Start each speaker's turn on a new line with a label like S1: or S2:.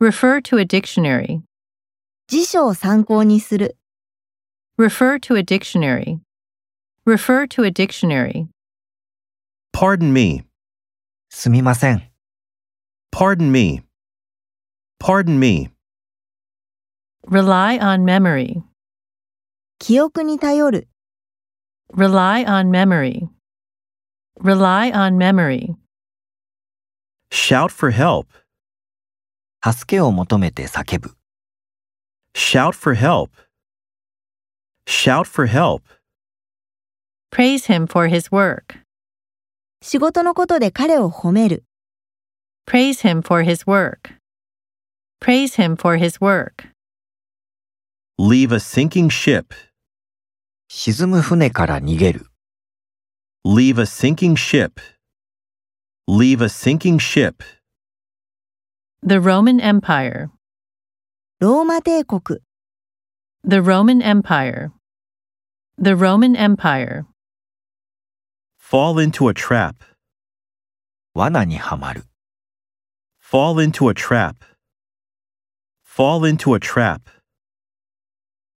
S1: Refer to a dictionary.
S2: 辞書を参考にする。
S1: Refer to a dictionary. Refer to a dictionary.
S3: Pardon me.
S4: すみません。
S3: Pardon me. Pardon me.
S1: Rely on memory.
S2: 記憶に頼る。
S1: Rely on memory. Rely on memory.
S3: Shout for help.
S4: 助けを求めて叫ぶ。
S3: Shout for help. Shout for help.
S1: Praise him for his work.
S2: 仕事のことで彼を褒める。
S1: Praise him for his work. Praise him for his work.
S3: Leave a sinking ship.
S4: 沈む船から逃げる。
S3: Leave a sinking ship. Leave a sinking ship.
S1: The Roman Empire.
S2: ローマ帝国。
S1: The Roman Empire. The Roman Empire.
S3: Fall into a trap.
S4: 罠にはまる。
S3: Fall into a trap. Fall into a trap.